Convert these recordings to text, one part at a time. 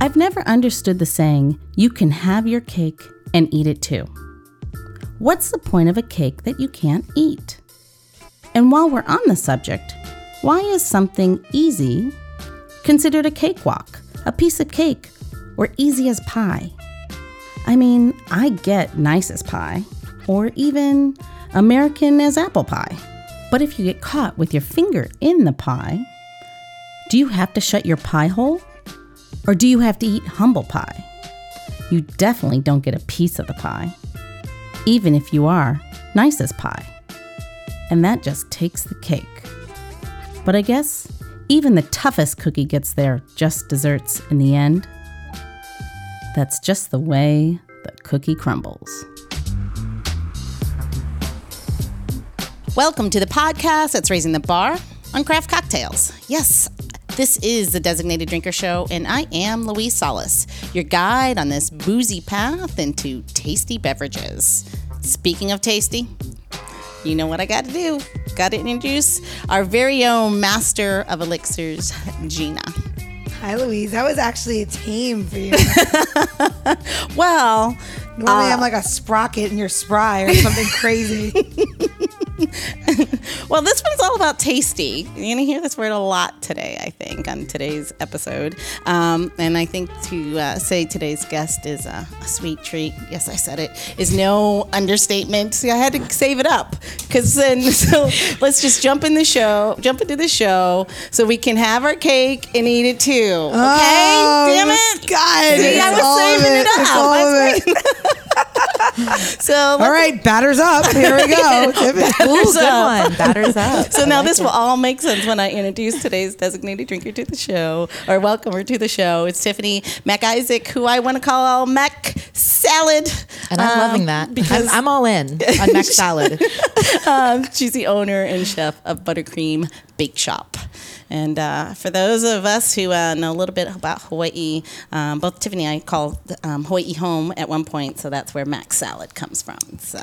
I've never understood the saying, you can have your cake and eat it too. What's the point of a cake that you can't eat? And while we're on the subject, why is something easy considered a cakewalk, a piece of cake, or easy as pie? I mean, I get nice as pie, or even American as apple pie. But if you get caught with your finger in the pie, do you have to shut your pie hole? Or do you have to eat humble pie? You definitely don't get a piece of the pie, even if you are nice as pie. And that just takes the cake. But I guess even the toughest cookie gets their just desserts in the end. That's just the way the cookie crumbles. Welcome to the podcast that's raising the bar on craft cocktails. Yes, this is the Designated Drinker Show, and I am Louise Solis, your guide on this boozy path into tasty beverages. Speaking of tasty, you know what I got to do. Got to introduce our very own master of elixirs, Gina. Hi, Louise. That was actually a tame for you. Well, Normally, Uh. I'm like a sprocket and you're spry or something crazy. Well, this one's all about tasty. You're gonna hear this word a lot today, I think, on today's episode. Um, and I think to uh, say today's guest is a, a sweet treat. Yes, I said it. Is no understatement. See, I had to save it up because then. So let's just jump in the show. Jump into the show so we can have our cake and eat it too. Okay? Oh, Damn this it. guy, See, I it's was all of saving it, it, it's up. all I was of it. making- so All right, batters up. Here we go. Tip it. Ooh, Batters good up. one. Batters up. So now this will all make sense when I introduce today's designated drinker to the show or welcome her to the show. It's Tiffany Mac Isaac, who I want to call Mac Salad. And I'm Um, loving that because- because I'm, I'm all in on mac salad. um, she's the owner and chef of Buttercream Bake Shop. And uh, for those of us who uh, know a little bit about Hawaii, um, both Tiffany and I called um, Hawaii home at one point, so that's where Mac Salad comes from. So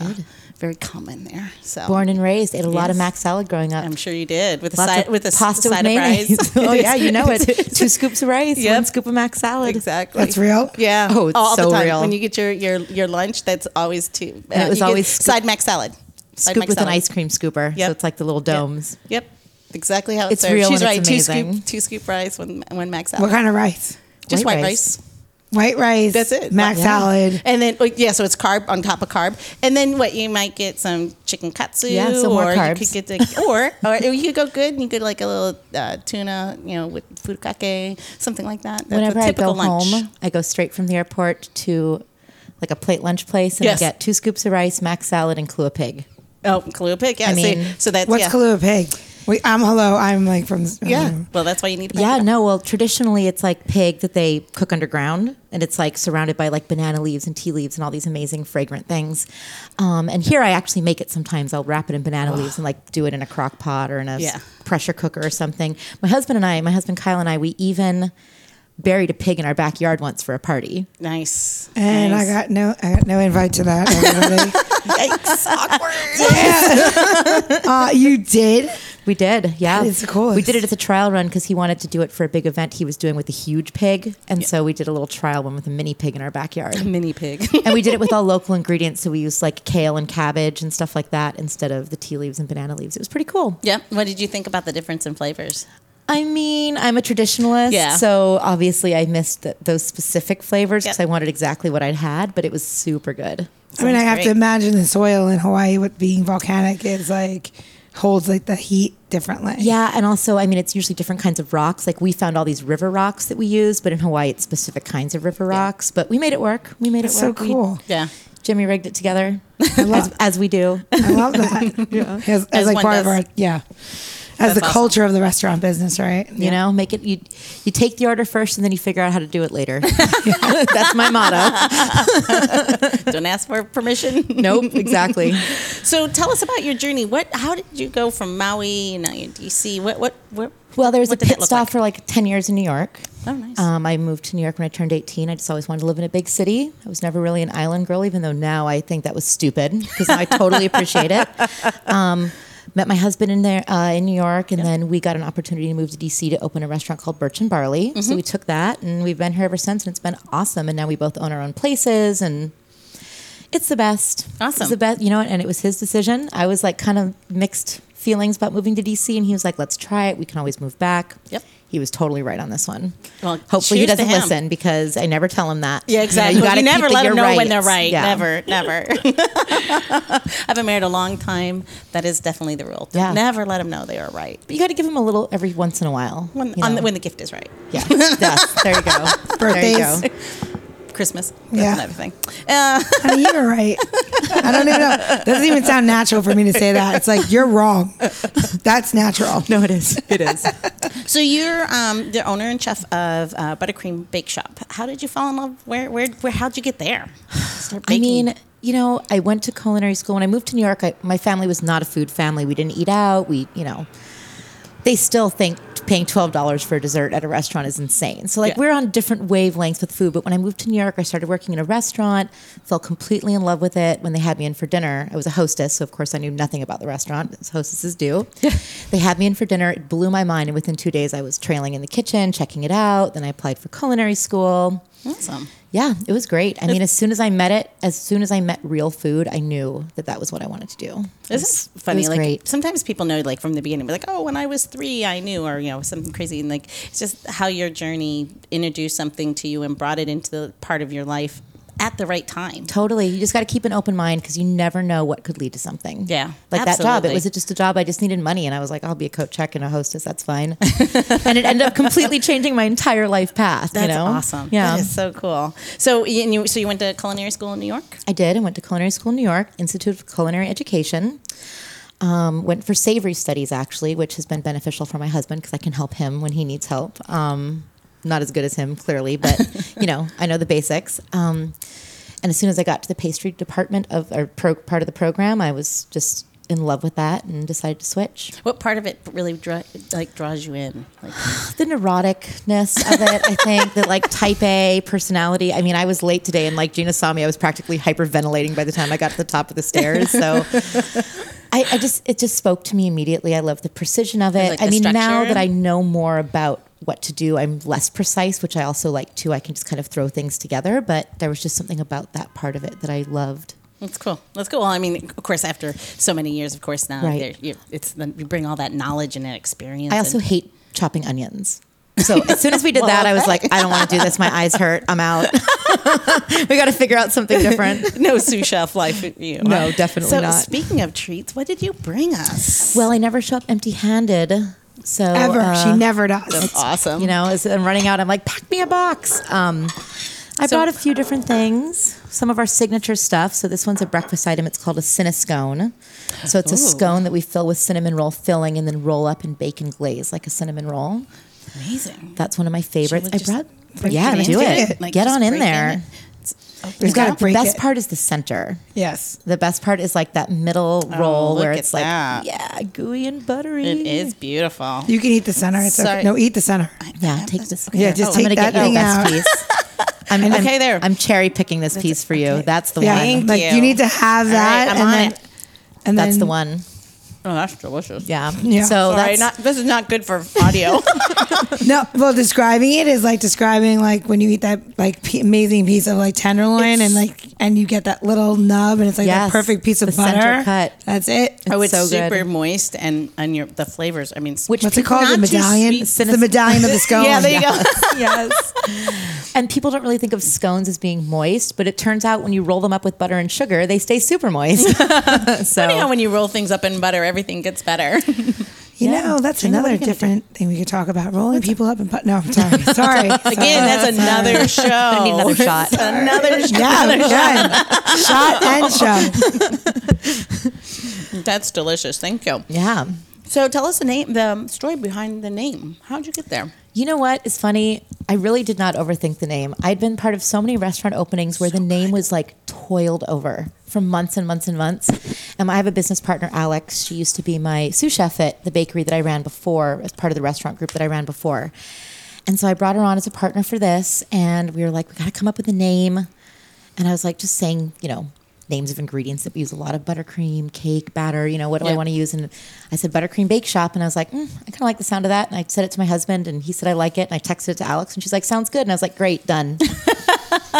very common there. So Born and raised, ate a lot of Yes. mac salad growing up. I'm sure you did with a Lots side of with a s- pasta with side of mayonnaise. rice. oh yeah, you know it. Two scoops of rice, one Yep. scoop of mac salad. Exactly. That's real? Yeah. Oh, it's All the so time. real. When you get your your, your lunch, that's always two. uh, And it was you get always scoop- side mac salad. Side Scoop mac with an salad. ice cream scooper. Yep. So it's like the little domes. Yep. Exactly how it's It's served. real She's and right. it's Two amazing. scoop, two scoop rice, one one mac salad. What kind of rice? Just white, White rice. rice. White rice. That's it. Mac Yeah. salad. And then, like, yeah, so it's carb on top of carb. And then what you might get some chicken katsu, Yeah, some more or carbs. you could get the, or or you could go good and you could like a little uh, tuna, you know, with furikake, something like that. That's Whenever a I typical go lunch. home, I go straight from the airport to like a plate lunch place and Yes. I get two scoops of rice, mac salad, and Kahlua pig. Oh, Kahlua pig. Yeah. I see, mean- so that's What's yeah. Kahlua pig? Wait, I'm hello. I'm like from. uh, Yeah. Well, that's why you need. To Yeah, no. Well, traditionally, it's like pig that they cook underground, and it's like surrounded by like banana leaves and tea leaves and all these amazing fragrant things. Um, and here, I actually make it sometimes. I'll wrap it in banana leaves and like do it in a crock pot or in a s- Yeah. pressure cooker or something. My husband and I, my husband Kyle and I, we even buried a pig in our backyard once for a party. Nice. And I nice. got no, I got no invite to that. Everybody. Yikes. uh, you did. We did, yeah. That is the coolest. We did it as a trial run because he wanted to do it for a big event he was doing with a huge pig, and so we did a little trial one with a mini pig in our backyard. mini pig. and we did it with all local ingredients. So we used like kale and cabbage and stuff like that instead of the tea leaves and banana leaves. It was pretty cool. yep. What did you think about the difference in flavors? I mean, I'm a traditionalist. Yeah. So obviously I missed th- those specific flavors because Yep. I wanted exactly what I'd had, but it was super good. I mean, I Sounds have to great. imagine the soil in Hawaii with being volcanic is like holds like the heat differently. Yeah. And also, I mean, it's usually different kinds of rocks. Like we found all these river rocks that we use, but in Hawaii, it's specific kinds of river rocks. But we made it work. We made That's it so work. We- cool. Yeah. Jimmy rigged it together I love as, as we do. I love that. As, as, As like one part of does. our yeah, as That's the awesome. culture of the restaurant business, right? You know, make it you you take the order first and then you figure out how to do it later. That's my motto. Don't ask for permission. Nope, exactly. So tell us about your journey. What? How did you go from Maui and now you're in DC? What? What? What? Well, there was what a did it pit look stop like? for like 10 years in New York. Oh, nice. Um, I moved to New York when I turned 18. I just always wanted to live in a big city. I was never really an island girl, even though now I think that was stupid because now I totally appreciate it. Um, met my husband in there uh, in New York, and then we got an opportunity to move to DC to open a restaurant called Birch and Barley. Mm-hmm. So we took that, and we've been here ever since, and it's been awesome. And now we both own our own places, and it's the best. Awesome. It's the best, you know. And it was his decision. I was like kind of mixed feelings about moving to DC, and he was like, "Let's try it. We can always move back." Yep. He was totally right on this one. Well, hopefully he cheers to doesn't him. listen because I never tell him that. Yeah, exactly. You, know, you gotta never keep the let them know "you're when they're rights." right. Yeah. Never, never. I've been married a long time. That is definitely the rule. Yeah. Never let them know they are right But you got to give him a little every once in a while. when, you on the, know. when the gift is right. Yeah. yes. There you go. Birthdays. There you go. Christmas. That's Yeah. another thing. Uh, I mean, you're right. I don't even know. Doesn't even sound natural for me to say that. It's like you're wrong. That's natural. No, it is. It is. so you're um, the owner and chef of uh, Buttercream Bake Shop. How did you fall in love? Where, where, where? How'd you get there? Start I mean, you know, I went to culinary school. When I moved to New York, I, my family was not a food family. We didn't eat out. We, you know, they still think paying $12 for a dessert at a restaurant is insane. So, like, Yeah. we're on different wavelengths with food. But when I moved to New York, I started working in a restaurant, fell completely in love with it. When they had me in for dinner, I was a hostess. So, of course, I knew nothing about the restaurant, as hostesses do. they had me in for dinner. It blew my mind. And within two days, I was trailing in the kitchen, checking it out. Then I applied for culinary school. awesome. Yeah, it was great. I mean, as soon as I met it, as soon as I met real food, I knew that that was what I wanted to do. It was- Isn't it funny? It was like great. sometimes people know like from the beginning, but like, oh, when I was three, I knew, or you know, something crazy. And like, it's just how your journey introduced something to you and brought it into the part of your life at the right time. Totally. You just got to keep an open mind because you never know what could lead to something. Yeah, Like that job, absolutely. it was just a job. I just needed money. And I was like, I'll be a coat check and a hostess. That's fine. and it ended up completely changing my entire life path. That's you know? awesome. Yeah. that is so cool. So y- and you, so you went to culinary school in New York. I did. I went to culinary school in New York, Institute of Culinary Education. Um, went for savory studies actually, which has been beneficial for my husband because I can help him when he needs help. Um, not as good as him clearly, but you know I know the basics. Um, and as soon as I got to the pastry department of or pro, part of the program, I was just in love with that and decided to switch. What part of it really draw, like draws you in? Like, The neuroticness of it, I think, the like type A personality. I mean, I was late today and like Gina saw me, I was practically hyperventilating by the time I got to the top of the stairs. So I, I just, it just spoke to me immediately. I love the precision of it. like, I the mean, now structure. that I know more about what to do, I'm less precise, which I also like too. I can just kind of throw things together, but there was just something about that part of it that I loved. that's cool. That's cool. Well, I mean, of course, after so many years, of course, now Right. there- you, it's the, you bring all that knowledge and that experience. I also and- hate chopping onions. So as soon as we did that, I was like, I don't want to do this. My eyes hurt. I'm out. we got to figure out something different. no sous chef life. You know. No, definitely so not. Speaking of treats, what did you bring us? Well, I never show up empty-handed. So Ever. uh, she never does. awesome. you know, as I'm running out, I'm like, pack me a box. Um, I So- brought a few different things, some of our signature stuff. So this one's a breakfast item. It's called a cinnascone. So it's a scone that we fill with cinnamon roll filling and then roll up in bacon glaze like a cinnamon roll. amazing. That's one of my favorites. Should we I just brought. break Yeah, it in? do Get it. it, like, Get just on in break it in. there. We've got to The break best it. part is the center. Yes. The best part is like that middle roll where Oh, look at it's like, that. yeah, gooey and buttery. It is beautiful. You can eat the center. It's Sorry. okay. No, eat the center. Yeah, take this. Yeah, just take that you thing the best out. piece. I'm, I'm- Okay, there. I'm cherry picking this piece for you. That's the Yeah. Thank one. like you. you. need to have All right, that. I'm and on then, it. And That's then the one. oh, that's delicious. Yeah. Yeah. So Sorry, that's not, this is not good for audio. No, well, describing it is like describing like when you eat that like p- amazing piece of like tenderloin and like and you get that little nub and it's like Yes, that perfect piece of the butter. center cut. That's it. oh, it's so good. super moist and and your the flavors. I mean, Which Oh, What's it people called? The not too medallion. sweet. It's the medallion of the scone. yeah, there you go. yes. And people don't really think of scones as being moist, but it turns out when you roll them up with butter and sugar, they stay super moist. Funny how so when you roll things up in butter, everything gets better. You Yeah. know, that's Gina, what are another you gonna different thing we could talk about. Rolling people up and put. No, I'm sorry. Sorry. Again, that's another show. I need another shot. another shot. yeah, done. Shot and show. That's delicious. Thank you. yeah. So tell us the name, the story behind the name. How'd you get there? You know what is funny? I really did not overthink the name. I'd been part of so many restaurant openings where the name was like toiled over for months and months and months. And I have a business partner, Alex. She used to be my sous chef at the bakery that I ran before, as part of the restaurant group that I ran before. And so I brought her on as a partner for this. And we were like, we got to come up with a name. And I was like, just saying, you know, names of ingredients that we use a lot of buttercream, cake, batter, you know, what do I want to use? And I said buttercream bake shop. And I was like, mm, I kind of like the sound of that. And I said it to my husband and he said, I like it. And I texted it to Alex and she's like, sounds good. And I was like, great, done.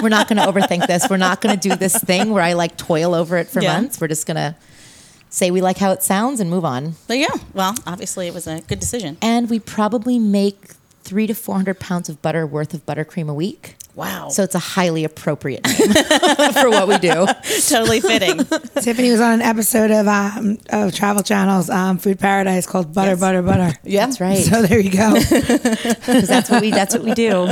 We're not going to overthink this. We're not going to do this thing where I like toil over it for Yeah. months. We're just going to say we like how it sounds and move on. But yeah, well, obviously it was a good decision. And we probably make three to 400 pounds of butter worth of buttercream a week. Wow. So it's a highly appropriate name for what we do. totally fitting. Tiffany was on an episode of um, of Travel Channel's um, Food Paradise called Butter, Butter, Butter. yeah. That's right. So there you go. 'Cause that's what we that's what we do.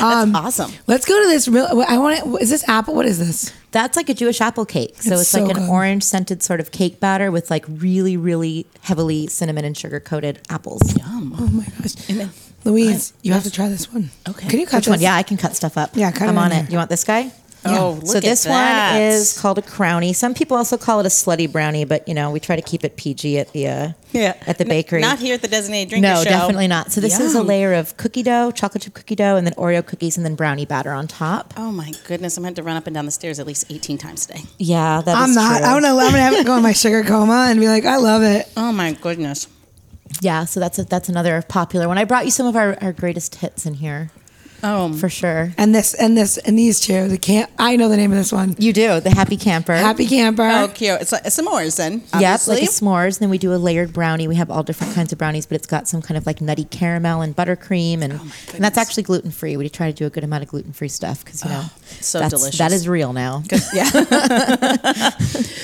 Um, Awesome. Let's go to this real. I want to. Is this apple? What is this? That's like a Jewish apple cake. So It's it's, so like an good. orange scented sort of cake batter with like really really heavily cinnamon and sugar coated apples. Oh my gosh, Louise, you have to try this one. Okay. Can you cut Which one? this? Yeah, I can cut stuff up. Yeah, cut I'm it on in there. it. You want this guy? Oh, look so at this that. one is called a crownie. Some people also call it a slutty brownie, but you know we try to keep it PG at the uh, at the N- bakery. Not here at the designated drinker no, show. definitely not. So this is a Yum. layer of cookie dough, chocolate chip cookie dough, and then Oreo cookies, and then brownie batter on top. Oh my goodness, I'm going to have to run up and down the stairs at least 18 times today. Yeah, that I'm is not. true. I'm gonna. I'm gonna have to go on my sugar coma and be like, I love it. Oh my goodness. Yeah, so that's a, that's another popular one. I brought you some of our, our greatest hits in here Oh, for sure. And this and this and these two. The camp. I know the name of this one. You do the happy camper. Happy camper. oh cute. It's like s'mores then. Yep, Obviously. like a s'mores. And then we do a layered brownie. We have all different kinds of brownies, but it's got some kind of like nutty caramel and buttercream, Oh and, and that's actually gluten free. We try to do a good amount of gluten free stuff because you know Oh, so that's- delicious. That is real now.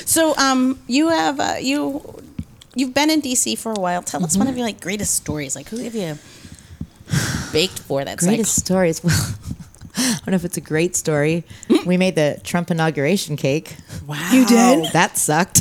So um, you have uh, you you've been in DC for a while. Tell us one of your like greatest stories. Like who have you baked for? That's greatest stories. Well, I don't know if it's a great story. Hmm? We made the Trump inauguration cake. like wow. You did? That sucked.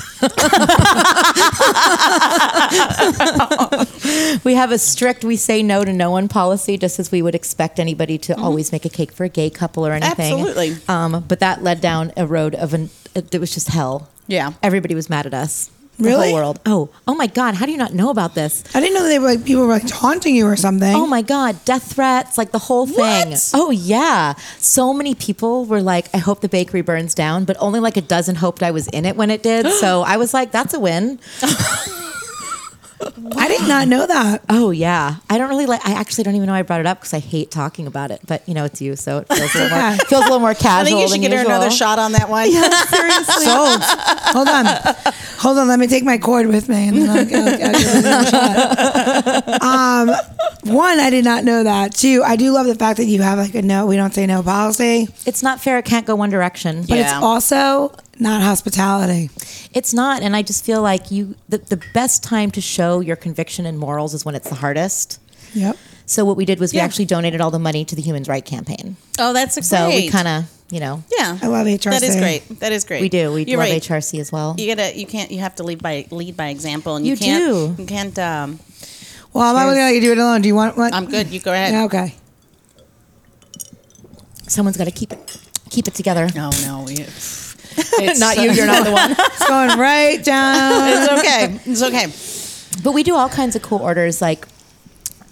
we have a strict we say no to no one policy, just as we would expect anybody to always make a cake for a gay couple or anything. Absolutely. Um, but that led down a road of an it, was just hell. Yeah. Everybody was mad at us. The Really? whole world. Oh, oh my God! How do you not know about this? I didn't know they were like people were like taunting you or something. Oh my God, death threats, like the whole thing. What? Oh, yeah. So many people were like, I hope the bakery burns down, but only like a dozen hoped I was in it when it did. So I was like, that's a win. I did not know that. Oh, yeah. I don't really like, I actually don't even know why I brought it up because I hate talking about it, but you know, it's you. So it feels a little more, feels a little more I casual. think you should than get her usual. another shot on that one. Seriously. Sold. Hold on. Hold on. Let me take my cord with me. And then I'll, I'll, I'll give it a shot. Um, one, I did not know that. Two, I do love the fact that you have like a no, we don't say no policy, It's not fair. It can't go one direction. but Yeah. it's also not hospitality. It's not. And I just feel like you, the, the best time to show your conviction and morals is when it's the hardest. Yep. So what we did was Yeah. we actually donated all the money to the Human Rights Campaign. Oh, that's a So we great. kind of, you know, yeah. I love HRC. That is great. That is great. we do. We You're love right. HRC as well. You gotta. You can't. You have to lead by lead by example, and you, You can't. do. You can't. Um, Well, I'm not going to let you do it alone. Do you want one? I'm good. You go ahead. Yeah, okay. Someone's got to keep it keep it together. No, Oh, no. you- It's not you. You're not the one. It's going right down. It's okay. It's okay. But we do all kinds of cool orders. Like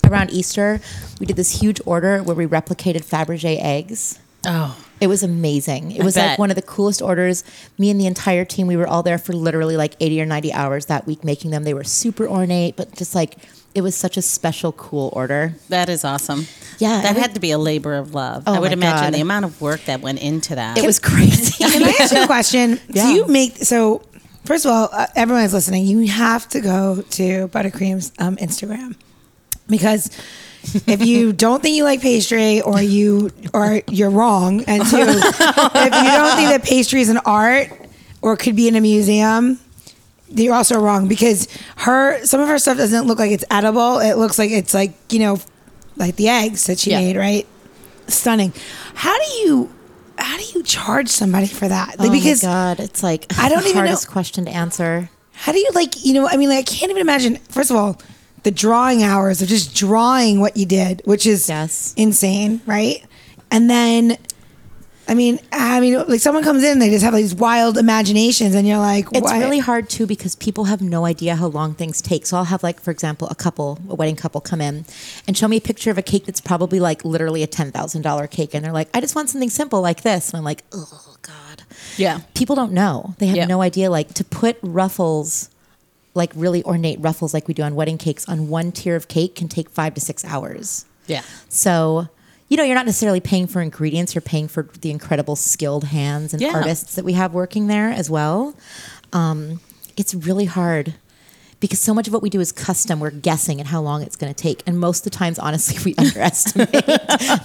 around Easter, we did this huge order where we replicated Fabergé eggs. Oh, It was amazing. It was bet. like one of the coolest orders. Me and the entire team, we were all there for literally like 80 or 90 hours that week making them. They were super ornate, but just like it was such a special, cool order. that is awesome. Yeah, that and we- had to be a labor of love. Oh I would my imagine God. the amount of work that went into that. It was crazy. Can I ask you a question? Yeah. Do you make so? First of all, uh, everyone's listening. You have to go to Buttercream's um, Instagram because if you don't think you like pastry, or you or you're wrong, and two, if you don't think that pastry is an art or could be in a museum. You're also wrong because her some of her stuff doesn't look like it's edible. It looks like it's like you know, like the eggs that she Yeah. made, right? Stunning. How do you how do you charge somebody for that? Like, Oh because my God, it's like I don't the even know- hardest question to answer. how do you like you know? I mean, like I can't even imagine. First of all, the drawing hours of just drawing what you did, which is Yes. insane, right? And then I mean, I mean, like someone comes in, they just have these wild imaginations, and you're like, It's why- really hard too because people have no idea how long things take. So I'll have like, for example, a couple, a wedding couple, come in and show me a picture of a cake that's probably like literally a ten thousand dollar cake, and they're like, "I just want something simple like this," and I'm like, "Oh God." Yeah. People don't know. They have Yeah. no idea. Like to put ruffles, like really ornate ruffles, like we do on wedding cakes, on one tier of cake can take five to six hours. Yeah. So, you know, you're not necessarily paying for ingredients, you're paying for the incredible skilled hands and Yeah. artists that we have working there as well. Um, it's really hard because so much of what we do is custom. We're guessing at how long it's going to take. And most of the times, honestly, we underestimate.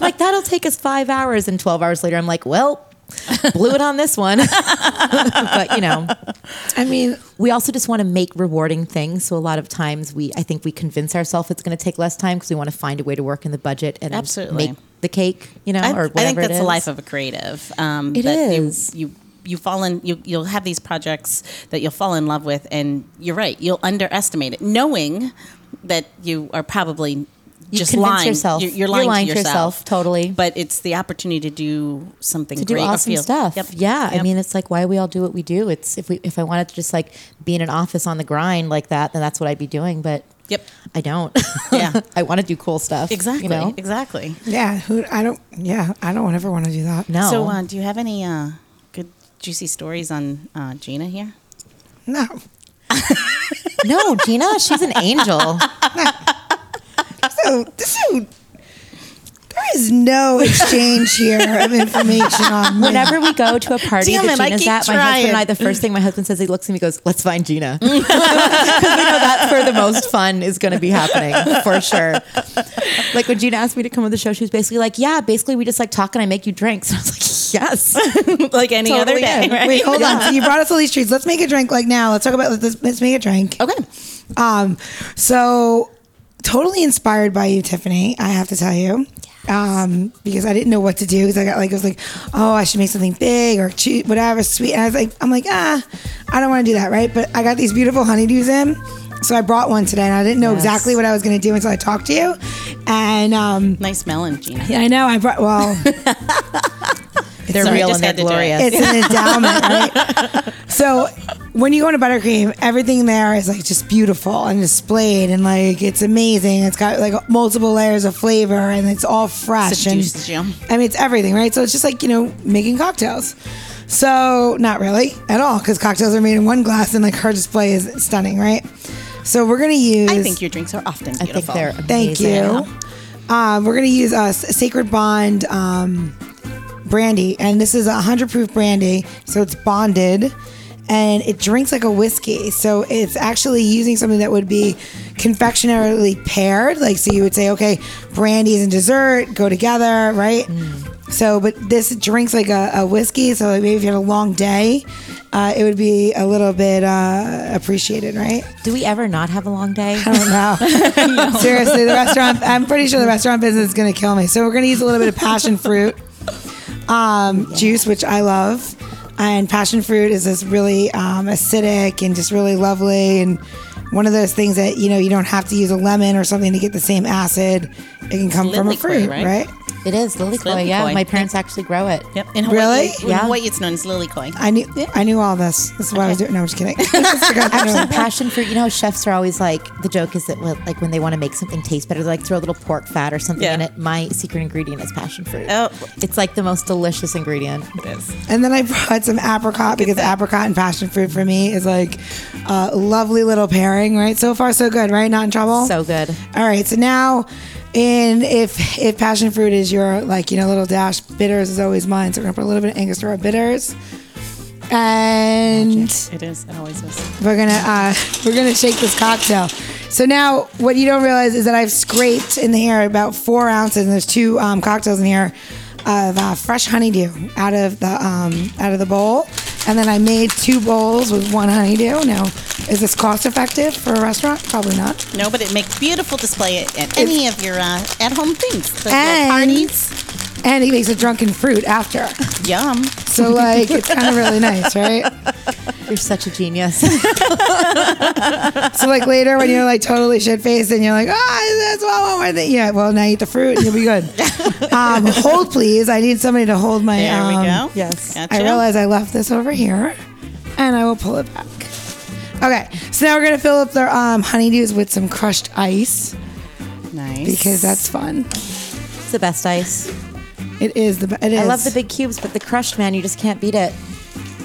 like, that'll take us five hours. And 12 hours later, I'm like, well, blew it on this one. but, you know, I mean, we also just want to make rewarding things. So a lot of times we, I think we convince ourselves it's going to take less time because we want to find a way to work in the budget and Absolutely. make the cake, you know, I, or I whatever think that's it is. the life of a creative. Um, It that is. You, you you fall in you you'll have these projects that you'll fall in love with, and you're right. You'll underestimate it, knowing that you are probably You just convince lying. yourself. You're, you're lying, to yourself. totally. But it's the opportunity to do something to do great or awesome feel- stuff. Yep. Yeah, I Yep. mean, it's like why we all do what we do. It's if we if I wanted to just like be in an office on the grind like that, then that's what I'd be doing. But Yep. I don't. Yeah. I want to do cool stuff. you Exactly. know? Exactly. yeah, who, I don't, yeah, I don't ever want to do that. No. So, uh, do you have any uh, good juicy stories on uh, Gina here? No, no, Gina, she's an angel. so this dude, there is no exchange here of information on me. Whenever we go to a party Damn that it, I Gina's keep at, my husband and I, trying. the first thing my husband says, he looks at me and goes, let's find Gina. Because we know that's where the most fun is going to be happening for sure. Like when Gina asked me to come on the show, she was basically like, yeah, basically we just like talk and I make you drinks. And I was like, yes. like any Totally other day, in. right? Wait, hold on. So you brought us all these treats. Let's make a drink like now. Let's talk about let's, let's make a drink. Okay. Um, so totally inspired by you, Tiffany. I have to tell you, um, because I didn't know what to do because I got like I was like, oh, I should make something big or cheap, whatever, sweet. And I was like, I'm like, ah, I don't want to do that, right? But I got these beautiful honeydews in, so I brought one today, and I didn't know Yes. exactly what I was going to do until I talked to you, and um, Nice melon, Gina. yeah, I know I brought well. they're Sorry, real just and they're had to do it. glorious. It's an endowment, right? So when you go into buttercream, everything there is like just beautiful and displayed, and like it's amazing. It's got like multiple layers of flavor, and it's all fresh. Seduces and you. I mean, it's everything, right? So it's just like you know making cocktails. So not really at all, because cocktails are made in one glass, and like her display is stunning, right? So we're gonna use. I think your drinks are often I beautiful. think they're amazing. Thank you. Um, we're going to use a Sacred Bond um, brandy, and this is a 100 proof brandy, so it's bonded and it drinks like a whiskey. So it's actually using something that would be confectionarily paired. Like, so you would say, okay, brandies and dessert go together, right? So, but this drinks like a, a whiskey. So, like maybe if you had a long day, uh, it would be a little bit uh, appreciated, right? Do we ever not have a long day? I don't know. Seriously, the restaurant. I'm pretty sure the restaurant business is going to kill me. So we're going to use a little bit of passion fruit um, juice, which I love. And passion fruit is this really um, acidic and just really lovely, and one of those things that you know you don't have to use a lemon or something to get the same acid. It can come from a Lily fruit, Quay, right? right? It is Lily lily koi. Yeah, koi. my parents actually grow it. Yep. In Hawaii, Really? In Yeah. Hawaii, it's known as lily koi. I knew I knew all this. This is why I was doing. No, I'm just kidding. Actually, passion fruit. You know, how chefs are always like the joke is that well, like when they want to make something taste better, they like throw a little pork fat or something Yeah. in it. My secret ingredient is passion fruit. Oh. it's like the most delicious ingredient. And then I brought some apricot because apricot and passion fruit for me is like a lovely little pairing, right? So far, so good, right? Not in trouble. Oh. So good. All right, so now, and if if passion fruit is your like you know little dash, bitters is always mine. So we're gonna put a little bit of Angostura bitters, and It is. It always is. we're gonna uh, we're gonna shake this cocktail. So now, what you don't realize is that I've scraped in the air about four ounces, and there's two um, cocktails in here of uh, fresh honeydew out of the um, out of the bowl, and then I made two bowls with one honeydew. Now, is this cost effective for a restaurant? Probably not. No, but it makes beautiful display at, at any of your uh, at-home things, like And- your parties. And it makes a drunken fruit after. Yum. So like it's kind of really nice, right? You're such a genius. So like later when you're like totally shit faced and you're like, ah, that's what I want more thing. Yeah, well now you eat the fruit and you'll be good. um, hold please. I need somebody to hold my. There we um, go. yes. Gotcha. I realize I left this over here, and I will pull it back. Okay, so now we're gonna fill up their um, honeydews with some crushed ice Nice. because that's fun. It's the best ice. It is the. It is. I love the big cubes, but the crushed man, you just can't beat it.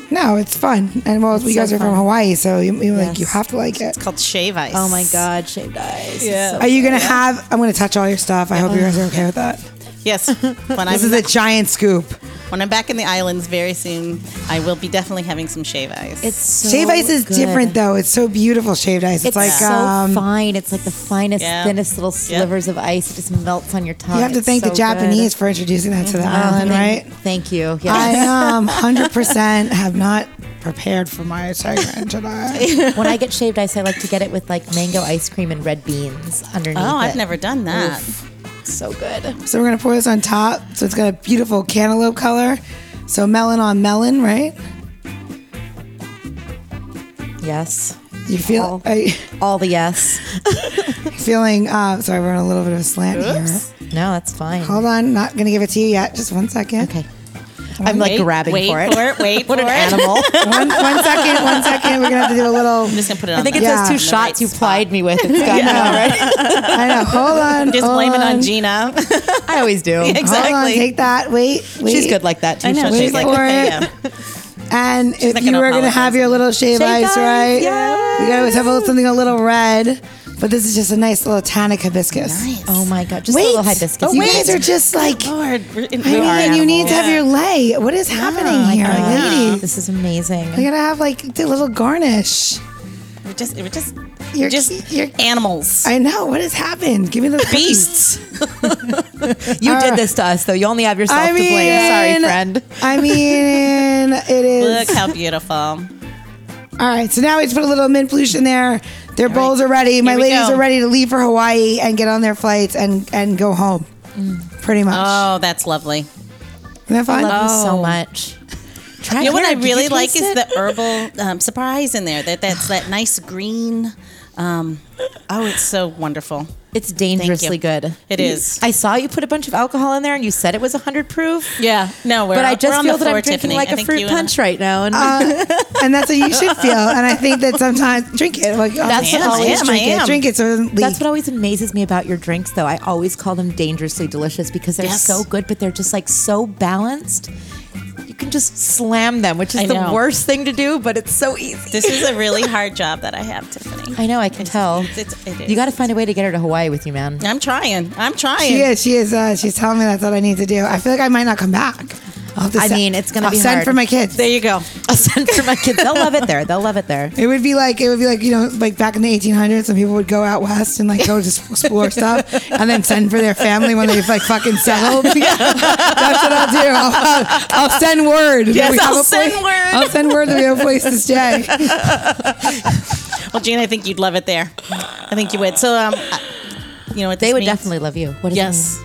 No, it's fun, and well, you so guys are from fun. Hawaii, so you, you like you Yes. have to like it. called shave ice. Oh my God, shaved ice. Yeah. Are you gonna have? I'm gonna touch all your stuff. I hope Uh-huh. you guys are okay with that. Yes. When I'm This is a giant scoop. when I'm back in the islands very soon, I will be definitely having some shave ice. It's so shaved ice is good. different though. It's so beautiful shaved ice. It's, It's like so um, fine. It's like the finest, Yeah. thinnest little Yep. slivers of ice. It just melts on your tongue. you have to It's thank so the good. Mm-hmm. Japanese for introducing that to the island, right? Thank you. Yeah. I um, 100% have not prepared for my segment today. when I get shaved ice, I like to get it with like mango ice cream and red beans underneath. oh, I've it. never done that. So good. So we're gonna pour this on top. So it's got a beautiful cantaloupe color. So melon on melon, right? Yes. You feel Oh. are you All the yes. feeling? Uh, sorry, we're on a little bit of a slant Oops. here. No, that's fine. Hold on, not gonna give it to you yet. Just one second. Okay. I'm like Wait- grabbing wait for it. for it, wait what for an it. animal. One, one second. One second. We're gonna have to do a little. I'm just gonna put it on. I think the- it's Yeah. those two In the shots right you spot. plied me with. It's got I know. Hold on. Just hold blame it on on. Gina. I always do. Exactly. Hold on. Take that. Wait. Wait. She's good like that too. I know. She'll Wait She's shake like, it. for okay, it. yeah. And if not you gonna were gonna have apologize. your little shave Shave ice, ice, right? yes. You gotta always have a little, something a little red. But this is just a nice little tannic hibiscus. oh my god, just Wait, a little hibiscus. Oh, you guys are just like. Lord, we're in, I we mean, are and you animals. need to have your lay. What is happening here, ladies? This is amazing. You gotta have like the little garnish. We're just, we're just, You're just You're, animals, I know what has happened. Give me the beasts. You Uh, did this to us, though. You only have yourself I mean, to blame. Sorry, friend. I mean, it Look is. how beautiful. All right, so now we just put a little mint bloosh in there. Their bowls are ready. My Here we ladies go. are ready to leave for Hawaii and get on their flights and and go home. Pretty much. Oh, that's lovely. Isn't that fun? Mm. I love you so Oh. much. Try You know what here. I Did you really like taste is it? the herbal um, surprise in there. That that's that nice green. Um, oh, it's so wonderful. It's dangerously good. It is. I saw you put a bunch of alcohol in there, and you said it was hundred proof. Yeah. No, we're But I we're just on feel the that floor, I'm drinking Tiffany. I like a think fruit you and I- punch right now, and Uh, and that's what you should feel. And I think that sometimes drink it. Like That's oh, what I always am, drink I it. am. Drink it so it doesn't leak. That's what always amazes me about your drinks, though. I always call them dangerously delicious because they're Yes. so good, but they're just like so balanced. You can just slam them, which is I the know. worst thing to do, but it's so easy. This is a really hard job that I have, Tiffany. I know, I can It's- tell. It's, it's, it is. You got to find a way to get her to Hawaii with you, man. I'm trying. I'm trying. she is. She is. Uh, she's telling me that's what I need to do. I feel like I might not come back. I'll have to I se- mean, it's gonna I'll be send hard. for my kids. There you go. I'll send for my kids. They'll love it there. They'll love it there. It would be like it would be like you know like back in the 1800s when people would go out west and like go to s- explore stuff and then send for their family when they've like fucking settled. That's what I'll do. I'll, I'll send word. that Yes, we have I'll a send place- word. I'll send word that we have a place to stay. Well, Gina, I think you'd love it there. I think you would. So, um, I- you know what They this would means? definitely love you. What does it Yes.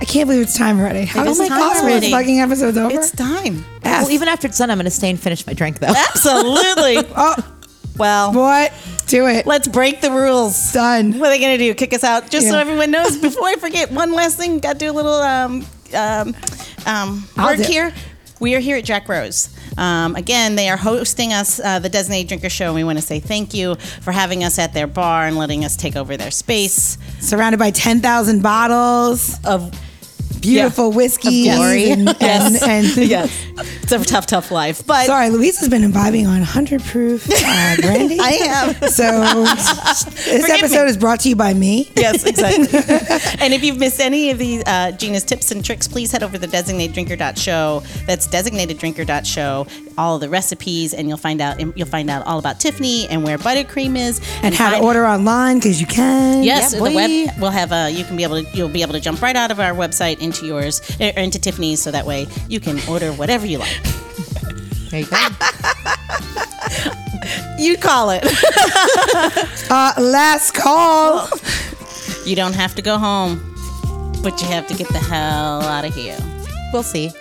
I can't believe it's time already. How It is is it time possible? This already. fucking episode's over. It's time. mean? Well, even after it's done, I'm going to stay and finish my drink, though. Absolutely. oh, well, what? Do it. let's break the rules. Done. What are they going to do? Kick us out? Just so Yeah. everyone knows. Before I forget, one last thing. Got to do a little um, um, um, I'll word do- here. We are here at Jack Rose. Um, again, they are hosting us, uh, the Designated Drinker Show, and we want to say thank you for having us at their bar and letting us take over their space. Surrounded by 10,000 bottles of beautiful whiskey glory. and, and, and It's a tough, tough life. But Sorry, Louise has been imbibing on 100 proof uh, brandy. I am. So this Forgive episode me. is brought to you by me. yes, exactly. and if you've missed any of these uh, Gina's tips and tricks, please head over to designatedrinker.show. That's designateddrinker.show. All the recipes, and you'll find out you'll find out all about Tiffany and where buttercream is, And how to find- order online because you can. Yes, Yeah, the boy. web. We'll have a. You can be able to. You'll be able to jump right out of our website into yours or into Tiffany's, so that way you can order whatever you like. There you go. You call it. Uh, last Oh. call. you don't have to go home, but you have to get the hell out of here. We'll see.